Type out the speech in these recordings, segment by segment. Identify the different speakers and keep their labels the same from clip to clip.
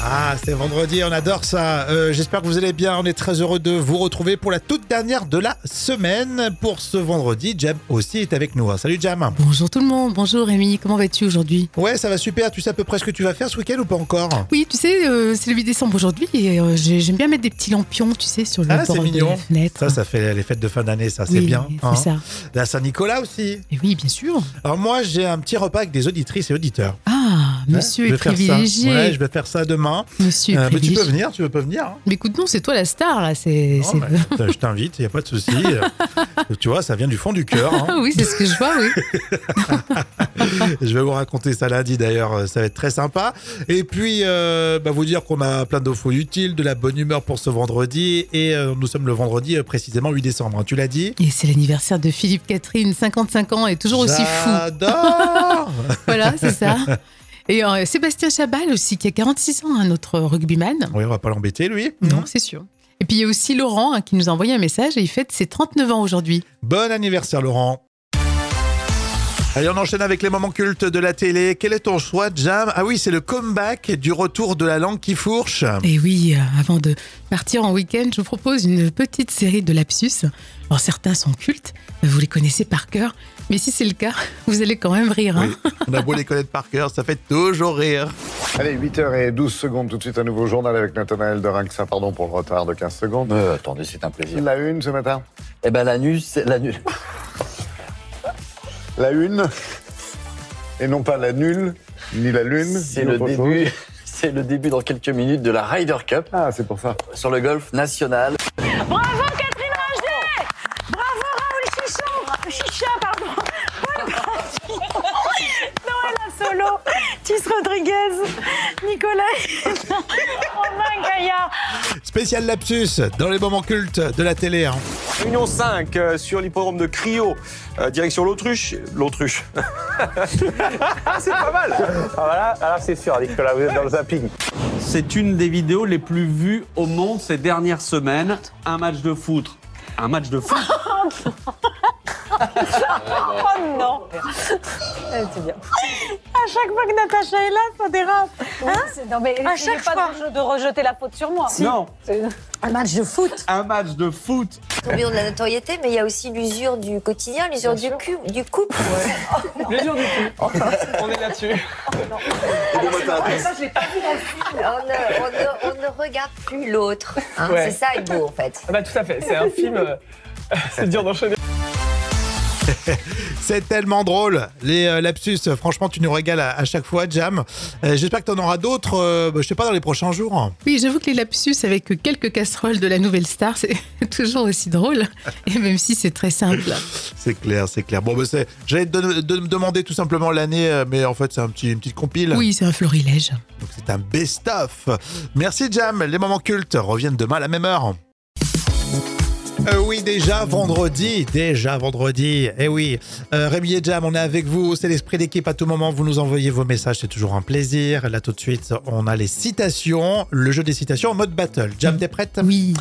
Speaker 1: Ah, c'est vendredi, on adore ça. Euh, J'espère que vous allez bien. On est très heureux de vous retrouver pour la toute dernière de la semaine. Pour ce vendredi, Jam aussi est avec nous. hein. Salut Jam.
Speaker 2: Bonjour tout le monde, bonjour Rémi, comment vas-tu aujourd'hui
Speaker 1: Ouais, ça va super. Tu sais à peu près ce que tu vas faire ce week-end ou pas encore
Speaker 2: Oui, tu sais, euh, c'est le 8 décembre aujourd'hui et euh, j'ai- j'aime bien mettre des petits lampions, tu sais, sur le
Speaker 1: Ah, c'est
Speaker 2: bord de
Speaker 1: mignon.
Speaker 2: la fenêtre.
Speaker 1: Ça, ça fait les fêtes de fin d'année, ça, c'est
Speaker 2: Oui,
Speaker 1: bien.
Speaker 2: C'est
Speaker 1: hein.
Speaker 2: ça.
Speaker 1: La Saint-Nicolas aussi.
Speaker 2: Et oui, bien sûr.
Speaker 1: Alors moi, j'ai un petit repas avec des auditrices et auditeurs.
Speaker 2: Ah, monsieur
Speaker 1: Ouais, je
Speaker 2: est
Speaker 1: vais faire ça.
Speaker 2: privilégié.
Speaker 1: Ouais, je vais faire ça demain.
Speaker 2: Monsieur est
Speaker 1: Euh, mais tu
Speaker 2: privilégié.
Speaker 1: peux venir, tu peux venir. hein.
Speaker 2: Mais écoute, non, c'est toi la star là. C'est.
Speaker 1: Non,
Speaker 2: c'est-
Speaker 1: mais je t'invite, il n'y a pas de souci. Euh, tu vois, ça vient du fond du cœur. hein.
Speaker 2: Ah oui, c'est ce que je vois, oui.
Speaker 1: Je vais vous raconter ça lundi d'ailleurs, euh, ça va être très sympa. Et puis, euh, bah, vous dire qu'on a plein d'infos utiles, de la bonne humeur pour ce vendredi. Et euh, nous sommes le vendredi euh, précisément 8 décembre, hein. tu l'as dit
Speaker 2: Et c'est l'anniversaire de Philippe Catherine, 55 ans et toujours aussi fou.
Speaker 1: J'adore
Speaker 2: Voilà, c'est ça. Et euh, Sébastien Chabal aussi, qui a 46 ans, un autre rugbyman.
Speaker 1: Oui, on va pas l'embêter lui.
Speaker 2: Non, c'est sûr. Et puis il y a aussi Laurent hein, qui nous a envoyé un message et il fête ses 39 ans aujourd'hui.
Speaker 1: Bon anniversaire Laurent Allez, on enchaîne avec les moments cultes de la télé. Quel est ton choix, Jam Ah oui, c'est le comeback du retour de la langue qui fourche.
Speaker 2: Et oui, euh, avant de partir en week-end, je vous propose une petite série de lapsus. Alors certains sont cultes, vous les connaissez par cœur, mais si c'est le cas, vous allez quand même rire. hein.
Speaker 1: Oui, on a beau les connaître par cœur, ça fait toujours rire.
Speaker 3: Allez, 8h et 12 secondes, tout de suite un nouveau journal avec Nathanaël de Rinxin. Pardon pour le retard de 15 secondes.
Speaker 4: Euh, attendez, c'est un plaisir.
Speaker 3: La une ce matin
Speaker 4: Eh ben, l'anus, c'est- l'anus.
Speaker 3: La une Et non pas la nulle, ni la lune,
Speaker 4: C'est
Speaker 3: ni
Speaker 4: le
Speaker 3: autre chose.
Speaker 4: début. C'est le début dans quelques minutes de la Ryder Cup
Speaker 3: Ah, c'est pour ça.
Speaker 4: sur le golf national.
Speaker 5: Chicha, pardon. Noël Solo, Tis Rodriguez, Nicolas, Romain Gaillard.
Speaker 1: Spécial lapsus dans les moments cultes de la télé. hein.
Speaker 6: Réunion 5 euh, sur l'hippodrome de Crio, euh, direction l'autruche. L'autruche. ah, c'est pas mal.
Speaker 7: Ah, voilà, alors c'est sûr, Nicolas, vous êtes dans le zapping.
Speaker 8: C'est une des vidéos les plus vues au monde ces dernières semaines. Un match de foot. Un match de
Speaker 5: Ah,
Speaker 8: foot
Speaker 5: Oh non. Eh, C'est bien. À chaque fois que Natacha est là, ça dérape.
Speaker 9: Non mais
Speaker 5: Hein À
Speaker 9: essayez
Speaker 5: chaque
Speaker 9: pas
Speaker 5: fois.
Speaker 9: de, re- de rejeter la faute sur moi.
Speaker 8: Non,
Speaker 5: Euh, Un match de foot.
Speaker 8: un match de foot.
Speaker 10: Tombé de la notoriété, mais il y a aussi l'usure du quotidien, l'usure du, cu- du couple.
Speaker 8: On est là-dessus.
Speaker 10: Ça, je l'ai pas vu dans le film. On ne, on ne- on ne regarde plus l'autre. hein.
Speaker 7: Ouais.
Speaker 10: C'est ça être beau, en fait.
Speaker 7: Ah bah tout à fait, c'est un film, euh, c'est dur d'enchaîner.
Speaker 1: C'est tellement drôle, les euh, lapsus. euh, Franchement, tu nous régales à, à chaque fois, Jam. Euh, J'espère que tu en auras d'autres, euh, bah, je sais pas, dans les prochains jours.
Speaker 2: Oui, j'avoue que les lapsus avec quelques casseroles de la nouvelle star, c'est toujours aussi drôle, et même si c'est très simple.
Speaker 1: C'est clair, c'est clair. Bon, bah, c'est- j'allais te don- de- me demander tout simplement l'année, euh, mais en fait, c'est un petit, une petite compile.
Speaker 2: Oui, c'est un florilège.
Speaker 1: Donc, c'est un best-of. Merci, Jam. Les moments cultes reviennent demain à la même heure. Euh, oui, déjà vendredi, déjà vendredi. Eh oui, Euh, Rémi et Jam, on est avec vous. C'est l'esprit d'équipe à tout moment. Vous nous envoyez vos messages, c'est toujours un plaisir. Là, tout de suite, on a les citations, le jeu des citations en mode battle. Jam, t'es prête
Speaker 2: Oui.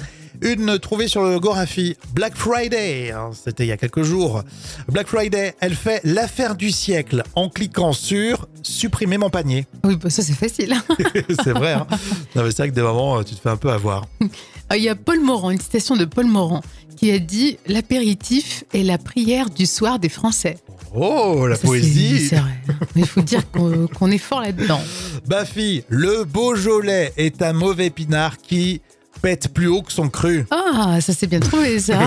Speaker 1: Une trouvée sur le Gorafi. Black Friday, hein, c'était il y a quelques jours. Black Friday, elle fait l'affaire du siècle en cliquant sur supprimer mon panier.
Speaker 2: Oui, bah, ça c'est facile.
Speaker 1: c'est vrai. Hein. Non, mais c'est vrai que des moments, euh, tu te fais un peu avoir.
Speaker 2: Ah, Il y a Paul Morand, une citation de Paul Morand, qui a dit L'apéritif est la prière du soir des Français.
Speaker 1: Oh, la
Speaker 2: Ça, c'est-
Speaker 1: poésie
Speaker 2: C'est vrai. Mais il faut dire qu'on qu'on est fort là-dedans.
Speaker 1: Bafi, Bah, le Beaujolais est un mauvais pinard qui pète plus haut que son cru.
Speaker 2: Ah, ça c'est bien trouvé ça.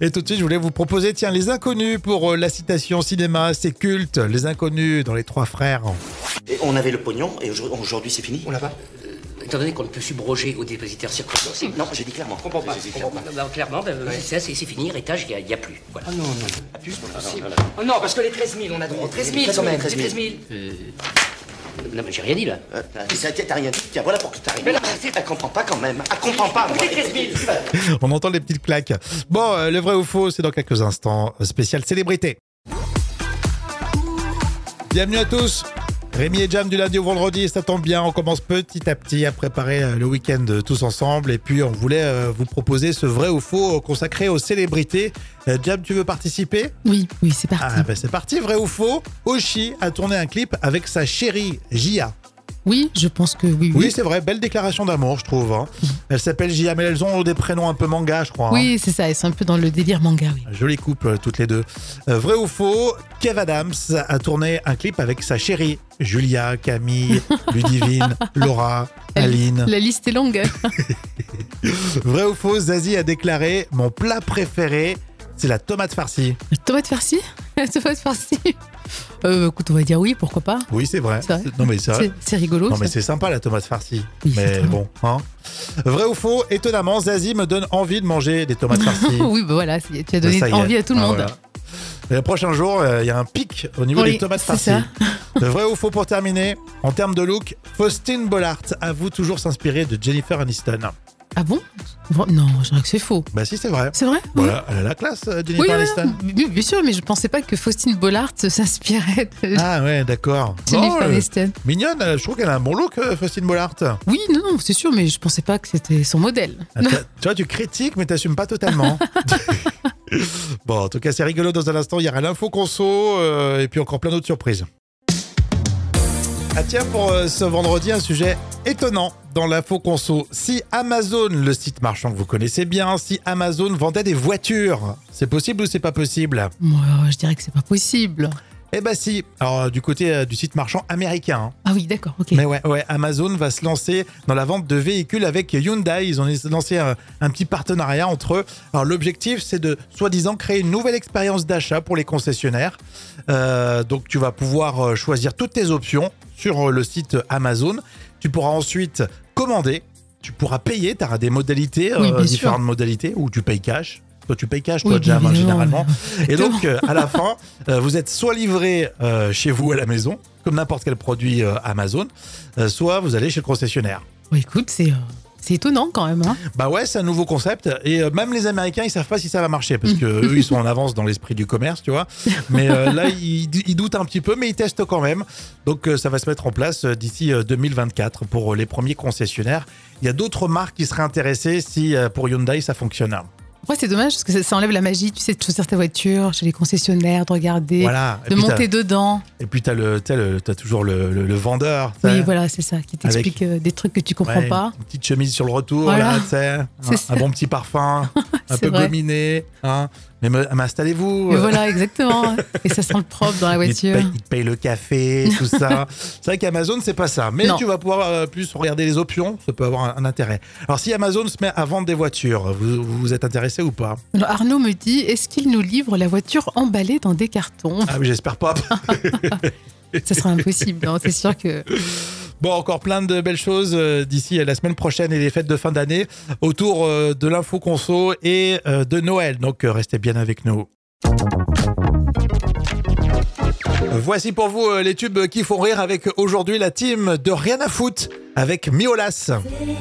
Speaker 1: Et tout de suite, je voulais vous proposer, tiens, les inconnus pour euh, la citation cinéma, c'est culte, les inconnus dans les trois frères.
Speaker 11: Et on avait le pognon et aujourd'hui aujourd'hui, c'est fini On l'a pas Étant donné qu'on ne peut subroger aux dépositaires circonstanciés. Non, j'ai dit clairement. Je comprends pas. clairement, ben, c'est ça, c'est fini. Héritage, il n'y a, plus. Voilà. Ah non, non. Oh non, parce que les 13 000, on a droit aux 13 000 quand même. 13 000. Non, mais j'ai rien dit là.
Speaker 4: T'as rien dit, tiens, voilà pour que t'arrives.
Speaker 11: Elle comprend pas quand même. Elle comprend pas. Les 13 000.
Speaker 1: On entend les petites claques. Bon, euh, le vrai ou faux, c'est dans quelques instants. euh, Spécial célébrité. Bienvenue à tous. Rémi et Jam du lundi au vendredi, ça tombe bien. On commence petit à petit à préparer euh, le week-end euh, tous ensemble. Et puis, on voulait euh, vous proposer ce vrai ou faux euh, consacré aux célébrités. Euh, Jam, tu veux participer
Speaker 2: Oui, oui,
Speaker 1: bah.
Speaker 2: c'est parti.
Speaker 1: Ah, ben c'est parti, vrai ou faux. Oshi a tourné un clip avec sa chérie, Jia.
Speaker 2: Oui, je pense que oui.
Speaker 1: Oui, c'est vrai, belle déclaration d'amour, je trouve. hein. Elle s'appelle Jia, mais elles ont des prénoms un peu manga, je crois. hein.
Speaker 2: Oui, c'est ça, elles sont un peu dans le délire manga, oui.
Speaker 1: Joli couple, toutes les deux. Euh, vrai ou faux, Kev Adams a tourné un clip avec sa chérie, Julia, Camille, Ludivine, Laura, Aline.
Speaker 2: La liste est longue.
Speaker 1: Vrai ou faux, Zazie a déclaré Mon plat préféré, c'est la tomate farcie.
Speaker 2: Tomate farcie Tomate farcie euh, Écoute, on va dire oui, pourquoi pas
Speaker 1: Oui, c'est vrai.
Speaker 2: C'est vrai.
Speaker 1: Non, mais c'est vrai.
Speaker 2: C'est- c'est rigolo,
Speaker 1: Non,
Speaker 2: ça.
Speaker 1: mais c'est sympa la tomate farcie.
Speaker 2: Oui, c'est
Speaker 1: mais
Speaker 2: très
Speaker 1: bon, hein. Vrai ou faux, étonnamment, Zazie me donne envie de manger des tomates farcies.
Speaker 2: Oui, bah voilà, c'est- tu as donné
Speaker 1: Ça y est.
Speaker 2: envie à tout le
Speaker 1: Ah,
Speaker 2: monde.
Speaker 1: voilà. Les prochains jours, euh, il y a un pic au niveau
Speaker 2: Oui,
Speaker 1: des tomates
Speaker 2: c'est
Speaker 1: farcies.
Speaker 2: ça.
Speaker 1: Vrai ou faux pour terminer En termes de look, Faustine Bollard avoue toujours s'inspirer de Jennifer Aniston.
Speaker 2: Ah bon Vra- Non, je dirais que c'est faux.
Speaker 1: Bah si, c'est vrai.
Speaker 2: C'est vrai
Speaker 1: Voilà, elle a la classe, euh, Jennifer
Speaker 2: oui, oui,
Speaker 1: Aniston.
Speaker 2: oui, bien- bien sûr, mais je pensais pas que Faustine Bollard s'inspirait de...
Speaker 1: Ah ouais, d'accord.
Speaker 2: Jennifer
Speaker 1: euh,
Speaker 2: Aniston.
Speaker 1: Mignonne, euh, je trouve qu'elle a un bon look, euh, Faustine Bollard.
Speaker 2: Oui, non, non, c'est sûr, mais je pensais pas que c'était son modèle.
Speaker 1: Ah, t'as- tu vois, tu critiques, mais t'assumes pas totalement. bon, en tout cas, c'est rigolo. Dans un instant, il y aura l'info conso euh, et puis encore plein d'autres surprises. Ah tiens, pour euh, ce vendredi, un sujet étonnant dans l'info conso. Si Amazon, le site marchand que vous connaissez bien, si Amazon vendait des voitures, c'est possible ou c'est pas possible
Speaker 2: Moi, je dirais que c'est pas possible.
Speaker 1: Eh ben si. Alors, euh, du côté euh, du site marchand américain. hein.
Speaker 2: Ah oui, d'accord, ok.
Speaker 1: Mais ouais, ouais, Amazon va se lancer dans la vente de véhicules avec Hyundai. Ils ont lancé un, un petit partenariat entre eux. Alors l'objectif, c'est de soi-disant créer une nouvelle expérience d'achat pour les concessionnaires. Euh, donc tu vas pouvoir euh, choisir toutes tes options sur euh, le site Amazon. Tu pourras ensuite commander. Tu pourras payer. Tu auras des modalités, euh,
Speaker 2: Oui, bien sûr.
Speaker 1: différentes modalités, où tu payes cash. Toi, tu payes cash,
Speaker 2: Oui,
Speaker 1: toi, Jam,
Speaker 2: bien
Speaker 1: hein,
Speaker 2: évidemment.
Speaker 1: généralement. Et
Speaker 2: Exactement.
Speaker 1: donc, euh, à la fin, euh, vous êtes soit livré euh, chez vous à la maison, comme n'importe quel produit euh, Amazon, euh, soit vous allez chez le concessionnaire.
Speaker 2: Bon, écoute, c'est euh, c'est étonnant quand même. hein.
Speaker 1: Bah ouais, c'est un nouveau concept. Et euh, même les Américains, ils savent pas si ça va marcher parce que eux, ils sont en avance dans l'esprit du commerce, tu vois. Mais euh, là, ils, ils doutent un petit peu, mais ils testent quand même. Donc, euh, ça va se mettre en place euh, d'ici euh, 2024 pour euh, les premiers concessionnaires. Il y a d'autres marques qui seraient intéressées si euh, pour Hyundai ça fonctionne.
Speaker 2: Après, c'est dommage parce que ça, ça enlève la magie, tu sais, de choisir ta voiture chez les concessionnaires, de regarder,
Speaker 1: Voilà. Et
Speaker 2: de
Speaker 1: puis, t'as-
Speaker 2: monter dedans.
Speaker 1: Et puis, t'as le, t'as le- t'as toujours le, le- le vendeur. t'as-
Speaker 2: Oui, voilà, c'est ça, qui t'explique euh, des trucs que tu comprends
Speaker 1: Ouais,
Speaker 2: pas.
Speaker 1: Une petite chemise sur le retour,
Speaker 2: Voilà.
Speaker 1: là, tu sais, un,
Speaker 2: C'est ça.
Speaker 1: un bon petit parfum, un
Speaker 2: C'est
Speaker 1: peu
Speaker 2: vrai.
Speaker 1: gominé. Hein. Mais me- m'installez-vous.
Speaker 2: Et voilà, exactement. Et ça sent le propre dans la
Speaker 1: Il te,
Speaker 2: voiture.
Speaker 1: paye, il te paye le café, tout ça. c'est vrai qu'Amazon, c'est pas ça. Mais
Speaker 2: Non.
Speaker 1: tu vas pouvoir euh, plus regarder les options. Ça peut avoir un, un intérêt. Alors, si Amazon se met à vendre des voitures, vous vous, vous êtes intéressé ou pas
Speaker 2: Alors, Arnaud me dit est-ce qu'il nous livre la voiture emballée dans des cartons
Speaker 1: Ah oui, j'espère pas.
Speaker 2: Ça sera impossible, non C'est sûr que.
Speaker 1: Bon, encore plein de belles choses euh, d'ici à la semaine prochaine et les fêtes de fin d'année autour euh, de l'info conso et euh, de Noël. Donc euh, restez bien avec nous. Voici pour vous euh, les tubes qui font rire avec aujourd'hui la team de Rien à foutre avec Miolas.
Speaker 12: C'est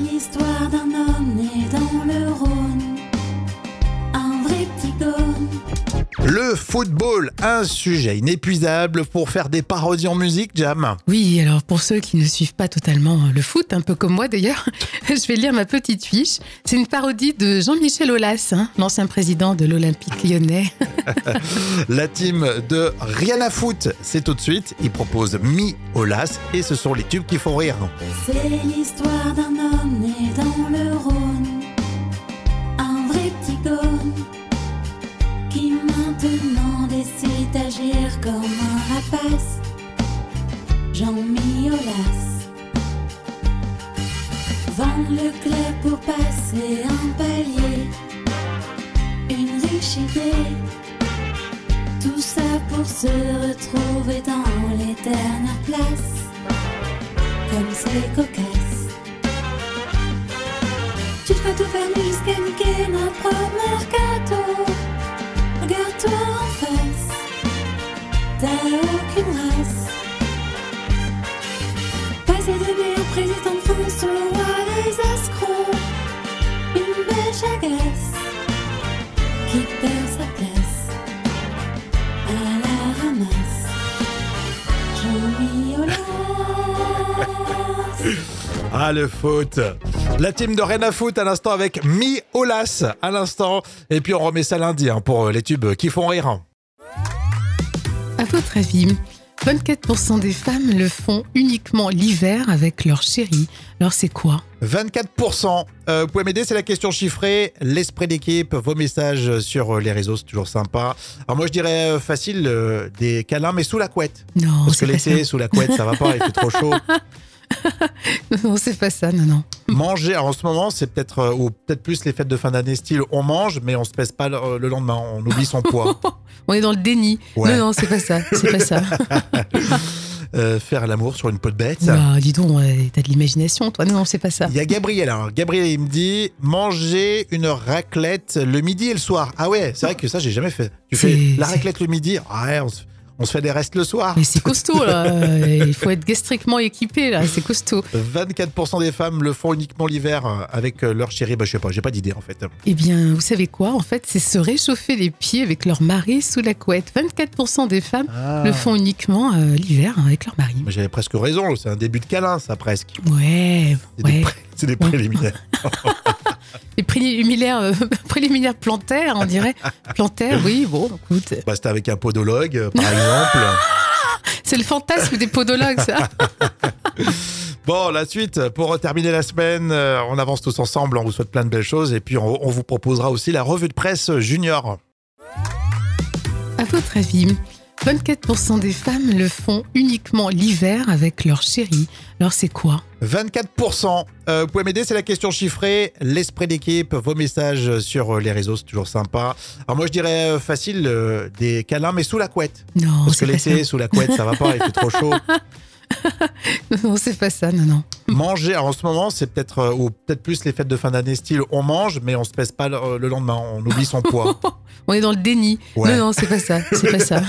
Speaker 12: l'histoire d'un homme né dans le Rhône, un vrai petit homme.
Speaker 1: Le football, un sujet inépuisable pour faire des parodies en musique, Jam.
Speaker 2: Oui, alors pour ceux qui ne suivent pas totalement euh, le foot, un peu comme moi d'ailleurs, je vais lire ma petite fiche. C'est une parodie de Jean-Michel Aulas, hein, l'ancien président de l'Olympique lyonnais.
Speaker 1: La team de Rien à foutre, c'est tout de suite. Ils proposent Miolas et ce sont les tubes qui font rire.
Speaker 12: C'est l'histoire d'un homme né dans le Rhône, un vrai petit homme qui maintenant décide d'agir comme un rapace. Jean Miolas vend le club pour passer un palier, une riche idée. Tout ça pour se retrouver dans les dernières places comme c'est cocasse. Tu te crois tout fermé jusqu'à niquer notre mercato. Regarde-toi en face, t'as aucune race. Passé de meilleur président de France au roi des escrocs. Une belle chagasse qui perd sa place à la ramasse. Jean Miolas.
Speaker 1: Ah le foot La team de Rien à Foot à l'instant avec Mi Olas à l'instant. Et puis on euh, hein. remet ça lundi hein, pour les tubes qui font rire.
Speaker 2: À votre avis, 24% des femmes le font uniquement l'hiver avec leur chéri. Alors c'est quoi
Speaker 1: 24%. Euh, vous pouvez m'aider, c'est la question chiffrée. L'esprit d'équipe, vos messages sur euh, les réseaux, c'est toujours sympa. Alors moi, je dirais euh, facile, euh, des câlins, mais sous la couette.
Speaker 2: Non,
Speaker 1: Parce que
Speaker 2: Oh, c'est pas
Speaker 1: l'été,
Speaker 2: ça.
Speaker 1: sous la couette, ça va pas, il fait trop chaud.
Speaker 2: Non, c'est pas ça, non, non.
Speaker 1: Manger, alors en ce moment, c'est peut-être, euh, ou peut-être plus les fêtes de fin d'année, style on mange, mais on se pèse pas le, le lendemain, on oublie son poids.
Speaker 2: On est dans le déni.
Speaker 1: Ouais.
Speaker 2: Non, non, c'est pas ça. C'est pas ça.
Speaker 1: Euh, faire l'amour sur une peau de bête.
Speaker 2: Bah, dis donc, ouais, t'as de l'imagination, toi. Non, non, c'est pas ça.
Speaker 1: Il y a Gabriel, alors. Gabriel, il me dit manger une raclette le midi et le soir. Ah ouais, c'est vrai que ça, j'ai jamais fait. Tu fais
Speaker 2: C'est-
Speaker 1: la raclette le midi, ah ouais, on se, on se fait des restes le soir.
Speaker 2: Mais c'est costaud, là. Euh, Il faut être gastriquement équipé, là. C'est costaud.
Speaker 1: 24% des femmes le font uniquement l'hiver euh, avec euh, leur chérie. Bah, je sais pas, j'ai pas d'idée en fait.
Speaker 2: Eh bien, vous savez quoi En fait, c'est se réchauffer les pieds avec leur mari sous la couette. 24% des femmes
Speaker 1: Ah.
Speaker 2: le font uniquement euh, l'hiver hein, avec leur mari.
Speaker 1: Mais J'avais presque raison, c'est un début de câlin, ça presque.
Speaker 2: Ouais,
Speaker 1: C'est des,
Speaker 2: ouais.
Speaker 1: pré- c'est des préliminaires.
Speaker 2: Les préliminaires, euh, préliminaires plantaires, on dirait. Plantaires, oui, bon, écoute.
Speaker 1: Bah, c'était avec un podologue, euh, par exemple.
Speaker 2: C'est le fantasme des podologues, ça.
Speaker 1: Bon, la suite, pour terminer la semaine, euh, on avance tous ensemble, on vous souhaite plein de belles choses et puis on, on vous proposera aussi la revue de presse junior.
Speaker 2: À votre avis, 24% des femmes le font uniquement l'hiver avec leur chéri. Alors c'est quoi
Speaker 1: 24%. Euh, vous pouvez m'aider, c'est la question chiffrée. L'esprit d'équipe, vos messages sur euh, les réseaux, c'est toujours sympa. Alors moi, je dirais euh, facile, euh, des câlins, mais sous la couette.
Speaker 2: Non,
Speaker 1: Parce que
Speaker 2: c'est pas ça.
Speaker 1: l'été, sous la couette, ça va pas, il fait trop chaud.
Speaker 2: Non, non, c'est pas ça, non, non.
Speaker 1: Manger, alors en ce moment, c'est peut-être, euh, ou peut-être plus les fêtes de fin d'année, style on mange, mais on se pèse pas le, le lendemain, on oublie son poids.
Speaker 2: On est dans le déni.
Speaker 1: Ouais.
Speaker 2: Non, non, c'est pas ça, c'est pas ça.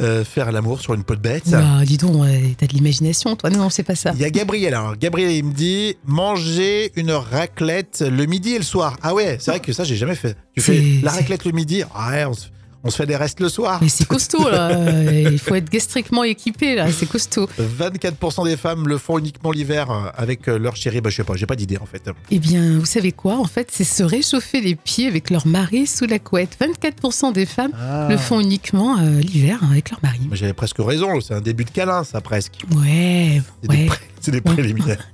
Speaker 1: Euh, faire l'amour sur une peau de bête.
Speaker 2: Bah, dis donc, ouais, t'as de l'imagination, toi. Non, non, c'est pas ça.
Speaker 1: Il y a Gabriel, alors Gabriel, il me dit manger une raclette le midi et le soir. Ah ouais, c'est vrai que ça, j'ai jamais fait. Tu fais
Speaker 2: C'est-
Speaker 1: la raclette le midi, ah ouais, on se, on se fait des restes le soir.
Speaker 2: Mais c'est costaud, là. Euh, Il faut être gastriquement équipé, là. C'est costaud.
Speaker 1: 24% des femmes le font uniquement l'hiver euh, avec euh, leur chérie. Bah, je sais pas, j'ai pas d'idée en fait.
Speaker 2: Eh bien, vous savez quoi En fait, c'est se réchauffer les pieds avec leur mari sous la couette. 24% des femmes
Speaker 1: Ah.
Speaker 2: le font uniquement euh, l'hiver hein, avec leur mari.
Speaker 1: Mais J'avais presque raison, c'est un début de câlin, ça presque.
Speaker 2: Ouais,
Speaker 1: C'est des,
Speaker 2: ouais.
Speaker 1: pré- c'est des préliminaires.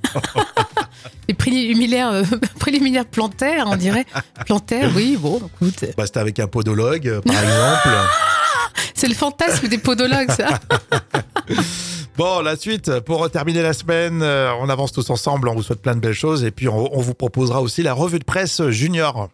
Speaker 2: Les préliminaires, euh, préliminaires plantaires, on dirait. Plantaires, oui, bon, écoute.
Speaker 1: Bah, c'était avec un podologue, euh, par exemple.
Speaker 2: C'est le fantasme des podologues, ça.
Speaker 1: Bon, la suite, pour terminer la semaine, euh, on avance tous ensemble, on vous souhaite plein de belles choses et puis on, on vous proposera aussi la revue de presse junior.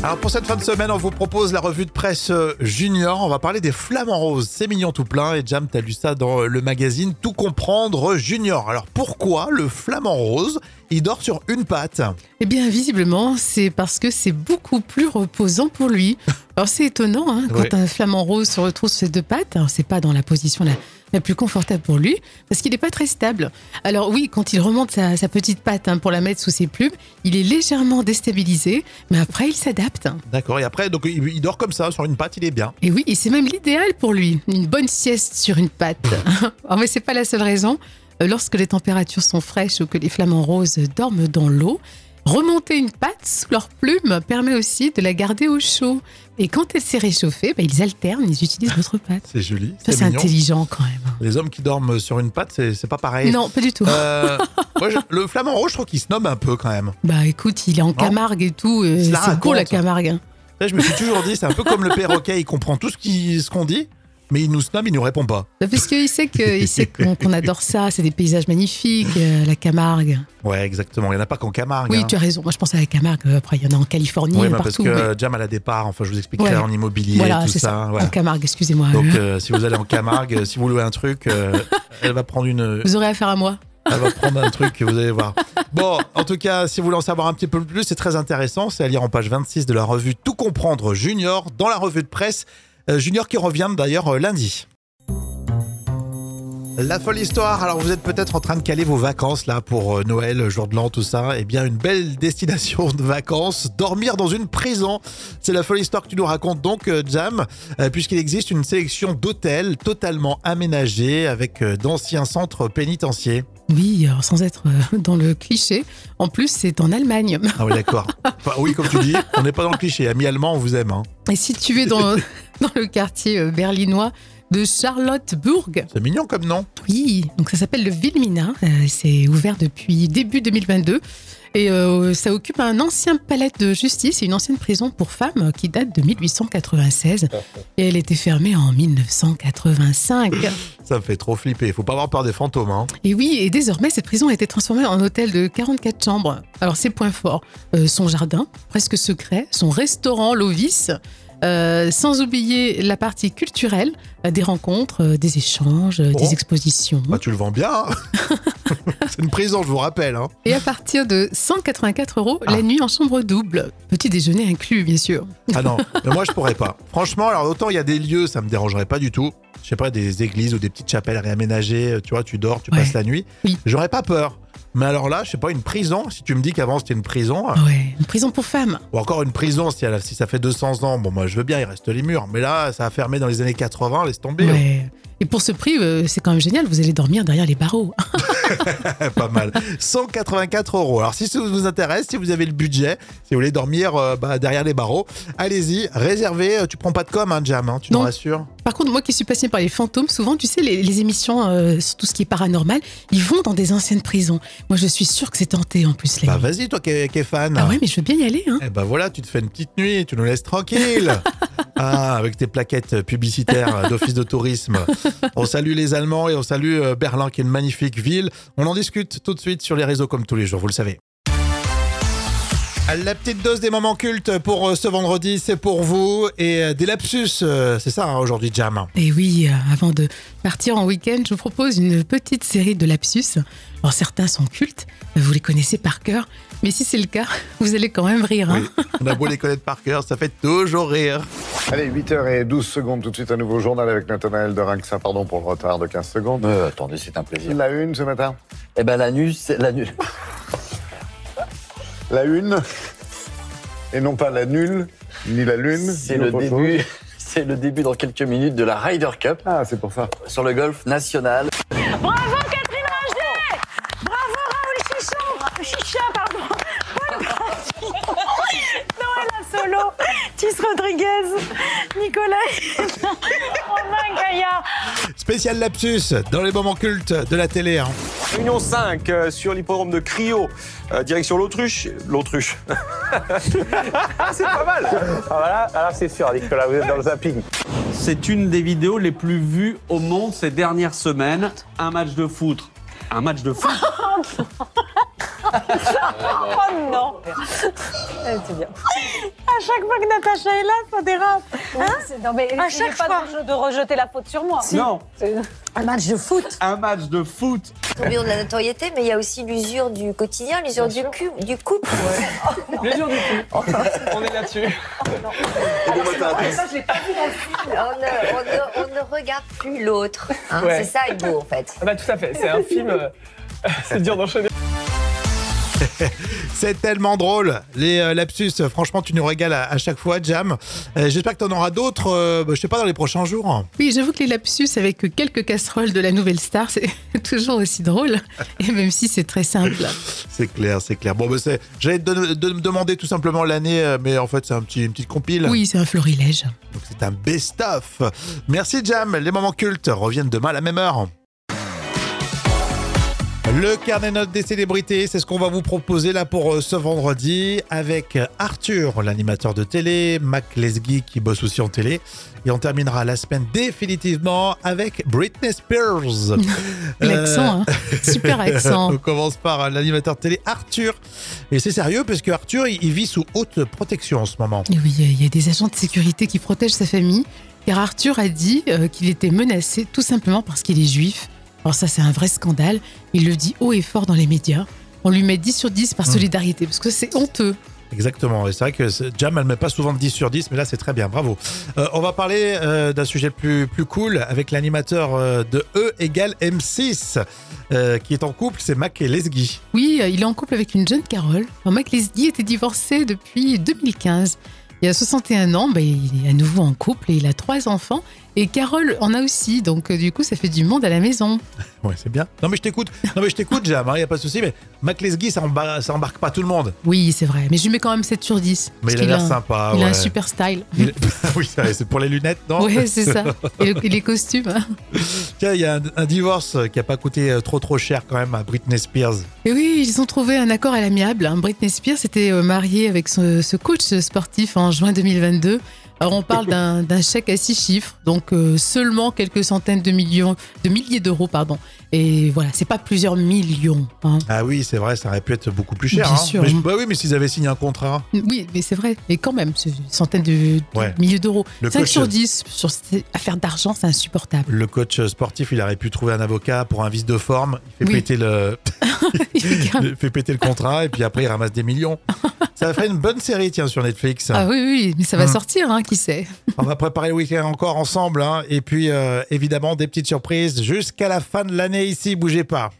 Speaker 1: Alors pour cette fin de semaine, on vous propose la revue de presse junior. On va parler des flammes en rose. C'est mignon tout plein. Et Jam, t'as lu ça dans le magazine Tout comprendre junior. Alors pourquoi le flamant rose Il dort sur une patte.
Speaker 2: Eh bien, visiblement, c'est parce que c'est beaucoup plus reposant pour lui. Alors, c'est étonnant, hein, quand
Speaker 1: Ouais.
Speaker 2: un flamant rose se retrouve sur ses deux pattes, alors c'est pas dans la position la, la plus confortable pour lui, parce qu'il n'est pas très stable. Alors oui, quand il remonte sa, sa petite patte hein, pour la mettre sous ses plumes, il est légèrement déstabilisé, mais après, il s'adapte.
Speaker 1: D'accord. Et après, donc il il dort comme ça sur une patte. Il est bien.
Speaker 2: Et oui, et c'est même l'idéal pour lui, une bonne sieste sur une patte. Ah, mais c'est pas la seule raison. Euh, Lorsque les températures sont fraîches ou que les flamants roses dorment dans l'eau, remonter une patte sous leur plume permet aussi de la garder au chaud. Et quand elle s'est réchauffée, bah, ils alternent, ils utilisent l'autre patte.
Speaker 1: C'est joli.
Speaker 2: Ça, c'est
Speaker 1: mignon.
Speaker 2: intelligent quand même.
Speaker 1: Les hommes qui dorment sur une patte, c'est c'est pas pareil.
Speaker 2: Non, pas du tout.
Speaker 1: Euh, moi, je- le flamant rose, je trouve qu'il se nomme un peu quand même.
Speaker 2: Bah écoute, il est en Camargue et tout. euh,
Speaker 1: se la
Speaker 2: C'est beau la
Speaker 1: raconte.
Speaker 2: Camargue. hein.
Speaker 1: Tu sais, je me suis toujours dit, c'est un peu comme le perroquet, il comprend tout ce qui- ce qu'on dit, mais il nous nomme, il nous répond pas.
Speaker 2: Bah, Parce qu'il sait que- il sait qu'on qu'on adore ça, c'est des paysages magnifiques, euh, la Camargue.
Speaker 1: Ouais, exactement. Il n'y en a pas qu'en Camargue.
Speaker 2: Oui,
Speaker 1: hein.
Speaker 2: tu as raison. Moi, je pense à la Camargue. Euh, Après, il y en a en Californie,
Speaker 1: Oui, bah, parce
Speaker 2: partout.
Speaker 1: que
Speaker 2: mais-
Speaker 1: euh, Jam à la départ, enfin, je vous expliquerai
Speaker 2: Ouais.
Speaker 1: en immobilier,
Speaker 2: Voilà,
Speaker 1: tout
Speaker 2: c'est
Speaker 1: ça.
Speaker 2: ça.
Speaker 1: voilà.
Speaker 2: En Camargue, excusez-moi.
Speaker 1: Donc, euh, si vous allez en Camargue, si vous louez un truc, euh, elle va prendre une,
Speaker 2: Vous aurez affaire à moi.
Speaker 1: Elle va prendre un truc, vous allez voir. Bon, en tout cas, si vous voulez en savoir un petit peu plus, c'est très intéressant. C'est à lire en page 26 de la revue Tout comprendre Junior, dans la revue de presse. Euh, Junior qui revient d'ailleurs euh, lundi. La folle histoire. Alors, vous êtes peut-être en train de caler vos vacances là pour euh, Noël, jour de l'an, tout ça. Eh bien, une belle destination de vacances, dormir dans une prison. C'est la folle histoire que tu nous racontes donc, euh, Jam, euh, puisqu'il existe une sélection d'hôtels totalement aménagés avec euh, d'anciens centres pénitentiaires.
Speaker 2: Oui, alors, sans être euh, dans le cliché. En plus, c'est en Allemagne.
Speaker 1: Ah oui, d'accord. Enfin, oui, comme tu dis, on n'est pas dans le cliché. Amis allemands, on vous aime. hein.
Speaker 2: Et situé dans, dans le quartier euh, berlinois de Charlottesburg.
Speaker 1: C'est mignon comme nom.
Speaker 2: Oui, donc ça s'appelle le Wilmina. Euh, c'est ouvert depuis début 2022. Et euh, ça occupe un ancien palais de justice et une ancienne prison pour femmes euh, qui date de 1896. Et elle était fermée en 1985.
Speaker 1: Ça me fait trop flipper. Faut pas avoir peur des fantômes. hein.
Speaker 2: Et oui, et désormais, cette prison a été transformée en hôtel de 44 chambres. Alors, ses points forts, euh, son jardin, presque secret, son restaurant, l'Ovis, euh, sans oublier la partie culturelle, euh, des rencontres, euh, des échanges, euh, des expositions.
Speaker 1: Bah, tu le vends bien. hein. c'est une prison, je vous rappelle. hein.
Speaker 2: Et à partir de 184 euros, la nuit en chambre double. Petit déjeuner inclus, bien sûr.
Speaker 1: Ah non, mais moi je pourrais pas. Franchement, alors autant il y a des lieux, ça me dérangerait pas du tout. Je sais pas, des églises ou des petites chapelles réaménagées, euh, tu vois, tu dors, tu passes la nuit. J'aurais pas peur. Mais alors là, je sais pas, une prison, si tu me dis qu'avant c'était une prison. euh,
Speaker 2: Ouais, une prison pour femmes.
Speaker 1: Ou encore une prison, si, elle a- si ça fait 200 ans, bon, moi je veux bien, il reste les murs. Mais là, ça a fermé dans les années 80, laisse tomber.
Speaker 2: Ouais. Et pour ce prix, euh, c'est quand même génial, vous allez dormir derrière les barreaux.
Speaker 1: pas mal. 184 euros. Alors si ça vous intéresse, si vous avez le budget, si vous voulez dormir euh, bah, derrière les barreaux, allez-y, réservez. Euh, Tu prends pas de com, hein, Jam, hein, tu nous
Speaker 2: Non.
Speaker 1: rassures.
Speaker 2: Par contre, moi qui suis passionnée par les fantômes, souvent, tu sais, les, les émissions euh, sur tout ce qui est paranormal, ils vont dans des anciennes prisons. Moi, je suis sûre que c'est tenté en plus. Là.
Speaker 1: Bah vas-y, toi qui es, qui es fan.
Speaker 2: Ah ouais, mais je veux bien y aller. Hein.
Speaker 1: Eh ben voilà, tu te fais une petite nuit, tu nous laisses tranquille. ah, avec tes plaquettes publicitaires d'office de tourisme. On salue les Allemands et on salue euh, Berlin qui est une magnifique ville. On en discute tout de suite sur les réseaux comme tous les jours, vous le savez. La petite dose des moments cultes pour euh, ce vendredi, c'est pour vous. Et euh, des lapsus, euh, c'est ça hein, aujourd'hui, Jam.
Speaker 2: Et oui, euh, avant de partir en week-end, je vous propose une petite série de lapsus. Alors, certains sont cultes, vous les connaissez par cœur, mais si c'est le cas, vous allez quand même rire. hein.
Speaker 1: On a beau les connaître par cœur, ça fait toujours rire.
Speaker 3: Allez, 8h12 secondes, tout de suite un nouveau journal avec Nathanaël de Rinxin. Pardon pour le retard de 15 secondes.
Speaker 4: Euh, attendez, c'est un plaisir.
Speaker 3: La une ce matin
Speaker 4: Eh ben la nuit, c'est la nuit.
Speaker 3: La une Et non pas la nulle, ni la lune.
Speaker 4: C'est
Speaker 3: ni
Speaker 4: le
Speaker 3: autre
Speaker 4: début.
Speaker 3: chose.
Speaker 4: C'est le début dans quelques minutes de la Ryder Cup.
Speaker 3: Ah, c'est pour ça.
Speaker 4: Sur le golf national.
Speaker 5: Bravo Catherine Ringer Bravo Raoul Chichon Chicha, pardon Noël Solo, Tis Rodriguez, Nicolas, Romain Gaillard.
Speaker 1: Spécial lapsus dans les moments cultes de la télé. hein.
Speaker 6: Réunion 5 euh, sur l'hippodrome de Crio, euh, direction l'Autruche. L'Autruche. Ah,
Speaker 7: c'est pas mal. Ah, là, là c'est sûr, Nicolas, vous êtes dans le zapping.
Speaker 8: C'est une des vidéos les plus vues au monde ces dernières semaines. Un match de foot. Un match de foot
Speaker 9: Ah,
Speaker 5: Oh non Eh,
Speaker 9: C'est bien.
Speaker 5: À chaque fois que Natacha est là, ça dérape. Hein
Speaker 9: Non, mais
Speaker 5: À
Speaker 9: essayez
Speaker 5: chaque
Speaker 9: pas
Speaker 5: fois.
Speaker 9: de, reje- de rejeter la faute sur moi.
Speaker 8: Non.
Speaker 9: Euh, Un match de foot.
Speaker 8: Un match de foot
Speaker 10: Tourbillon de la notoriété, mais il y a aussi l'usure du quotidien, l'usure du, cu- du couple.
Speaker 7: Le jour du coup. On est là-dessus.
Speaker 10: Ça, je l'ai pas vu dans le film. On ne, on ne- on ne regarde plus l'autre. hein.
Speaker 7: Ouais.
Speaker 10: C'est ça, est beau, en fait.
Speaker 7: Ah Bah, tout à fait, c'est un film. euh, c'est dur d'enchaîner.
Speaker 1: C'est tellement drôle, les euh, lapsus. euh, Franchement, tu nous régales à, à chaque fois, Jam. Euh, J'espère que tu en auras d'autres, euh, bah, je sais pas, dans les prochains jours.
Speaker 2: Oui, j'avoue que les lapsus avec quelques casseroles de la nouvelle star, c'est toujours aussi drôle, et même si c'est très simple.
Speaker 1: C'est clair, c'est clair. Bon, bah, c'est- j'allais te don- de- me demander tout simplement l'année, euh, mais en fait, c'est un petit, une petite compile.
Speaker 2: Oui, c'est un florilège.
Speaker 1: Donc, c'est un best-of. Merci, Jam. Les moments cultes reviennent demain à la même heure. Le carnet note des célébrités, c'est ce qu'on va vous proposer là pour euh, ce vendredi avec euh, Arthur, l'animateur de télé, Mac Lesguy qui bosse aussi en télé. Et on terminera la semaine définitivement avec Britney Spears. Euh,
Speaker 2: L'accent, hein. Super accent.
Speaker 1: on commence par euh, l'animateur de télé Arthur. Et c'est sérieux parce que Arthur, il il vit sous haute protection en ce moment.
Speaker 2: Et oui, il y a des agents de sécurité qui protègent sa famille, car Arthur a dit euh, qu'il était menacé tout simplement parce qu'il est juif. Alors ça, c'est un vrai scandale. Il le dit haut et fort dans les médias. On lui met 10 sur 10 par
Speaker 1: Mm.
Speaker 2: solidarité, parce que c'est honteux.
Speaker 1: Exactement, et c'est vrai que c'est- Jam, elle met pas souvent de 10 sur 10, mais là c'est très bien, bravo. Euh, on va parler euh, d'un sujet plus, plus cool avec l'animateur euh, de E égale M6, euh, qui est en couple, c'est Mac et Lesguy.
Speaker 2: Oui, euh, il est en couple avec une jeune Carole. Alors, Mike Lesguy était divorcé depuis 2015. Il a 61 ans, ben, il est à nouveau en couple et il a trois enfants. Et Carole en a aussi, donc euh, du coup, ça fait du monde à la maison.
Speaker 1: Ouais, c'est bien. Non, mais je t'écoute. Non, mais je t'écoute, Jam. Il n'y a pas de souci. Mais Mac Lesguy, ça, embar- ça embarque pas tout le monde.
Speaker 2: Oui, c'est vrai. Mais je lui mets quand même 7 sur 10.
Speaker 1: Mais
Speaker 2: parce
Speaker 1: il a
Speaker 2: qu'il
Speaker 1: l'air
Speaker 2: un-
Speaker 1: sympa,
Speaker 2: Il a
Speaker 1: ouais.
Speaker 2: un super style.
Speaker 1: Il- oui, c'est vrai, c'est pour les lunettes, non
Speaker 2: Ouais, c'est ça. Et, le- et les costumes. hein.
Speaker 1: Tiens, il y a un, un divorce qui a pas coûté euh, trop trop cher quand même à Britney Spears.
Speaker 2: Et oui, ils ont trouvé un accord à l'amiable. hein. Britney Spears était euh, mariée avec ce, ce coach sportif en juin 2022. Alors on parle d'un d'un chèque à six chiffres, donc euh, seulement quelques centaines de millions, de milliers d'euros, pardon. Et voilà, c'est pas plusieurs millions. hein.
Speaker 1: Ah oui, c'est vrai, ça aurait pu être beaucoup plus cher.
Speaker 2: Bien
Speaker 1: hein.
Speaker 2: sûr.
Speaker 1: Mais je- bah oui, mais s'ils avaient signé un contrat.
Speaker 2: Oui, mais c'est vrai. Mais quand même, c'est une centaine de, de
Speaker 1: Ouais.
Speaker 2: milliers d'euros.
Speaker 1: Le
Speaker 2: 5
Speaker 1: coach-
Speaker 2: sur 10 sur ces affaires d'argent, c'est insupportable.
Speaker 1: Le coach sportif, il aurait pu trouver un avocat pour un vice de forme. Il fait,
Speaker 2: Oui.
Speaker 1: péter, le... il fait péter le contrat et puis après, il ramasse des millions. Ça ferait une bonne série, tiens, sur Netflix.
Speaker 2: Ah oui, oui, mais ça va
Speaker 1: Hmm.
Speaker 2: sortir, hein, qui sait.
Speaker 1: On va préparer le week-end encore ensemble. hein. Et puis, euh, évidemment, des petites surprises jusqu'à la fin de l'année ici. Bougez pas.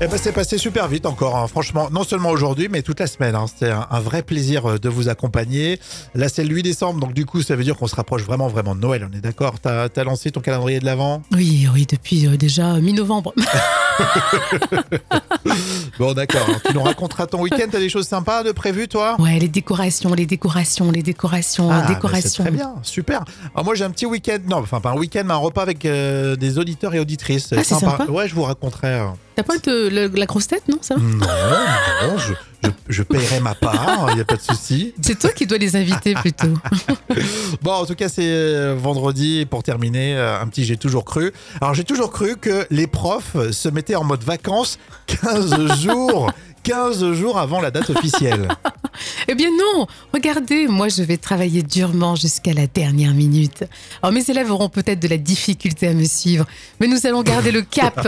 Speaker 1: Eh ben, c'est passé super vite encore, hein. franchement, non seulement aujourd'hui, mais toute la semaine. hein. C'était un, un vrai plaisir euh, de vous accompagner. Là, c'est le 8 décembre, donc du coup, ça veut dire qu'on se rapproche vraiment, vraiment de Noël, on est d'accord T'as as lancé ton calendrier de l'Avent
Speaker 2: Oui, oui, depuis euh, déjà euh, mi-novembre.
Speaker 1: Bon, d'accord. hein. Tu nous raconteras ton week-end, t'as des choses sympas de prévues, toi
Speaker 2: ouais, les décorations, les décorations, les décorations,
Speaker 1: Ah,
Speaker 2: les
Speaker 1: bah,
Speaker 2: décorations.
Speaker 1: c'est très bien, super. Alors moi j'ai un petit week-end, non, enfin pas un week-end, mais un repas avec euh, des auditeurs et auditrices.
Speaker 2: Ah, c'est sympa.
Speaker 1: Ouais, je vous raconterai. euh.
Speaker 2: T'as pas de- le- la grosse tête, non ça va
Speaker 1: Non, non, je, je, je paierai ma part, il n'y a pas de souci.
Speaker 2: C'est toi qui dois les inviter plutôt.
Speaker 1: Bon, en tout cas, c'est euh, vendredi et pour terminer, euh, un petit j'ai toujours cru. Alors, j'ai toujours cru que les profs se mettaient en mode vacances 15 jours, 15 jours avant la date officielle.
Speaker 2: eh bien non, regardez, moi je vais travailler durement jusqu'à la dernière minute. Alors mes élèves auront peut-être de la difficulté à me suivre, mais nous allons garder le cap.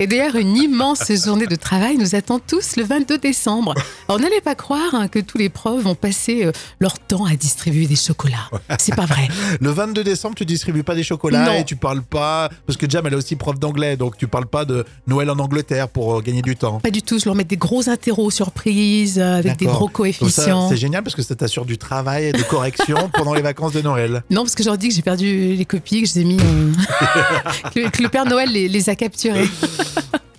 Speaker 2: Et d'ailleurs, une immense journée de travail nous attend tous le 22 décembre. Alors n'allez pas croire hein, que tous les profs vont passer euh, leur temps à distribuer des chocolats. C'est pas vrai.
Speaker 1: Le 22 décembre, tu distribues pas des chocolats
Speaker 2: Non.
Speaker 1: et tu parles pas parce que Jam elle est aussi prof d'anglais, donc tu parles pas de Noël en Angleterre pour euh, gagner du temps.
Speaker 2: Pas du tout, je leur mets des gros interros surprises euh, avec des
Speaker 1: D'accord.
Speaker 2: gros
Speaker 1: Donc ça,
Speaker 2: coefficients.
Speaker 1: C'est génial parce que ça t'assure du travail et de correction pendant les vacances de Noël.
Speaker 2: Non, parce que je leur dis que j'ai perdu les copies, que je les ai mis. euh, que, que le Père Noël les, les a capturées.
Speaker 1: Euh.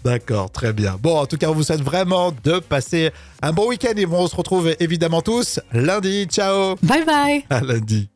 Speaker 1: D'accord, très bien. Bon, en tout cas, on vous souhaite vraiment de passer un bon week-end et bon, on se retrouve évidemment tous lundi. Ciao
Speaker 2: Bye bye!
Speaker 1: À lundi.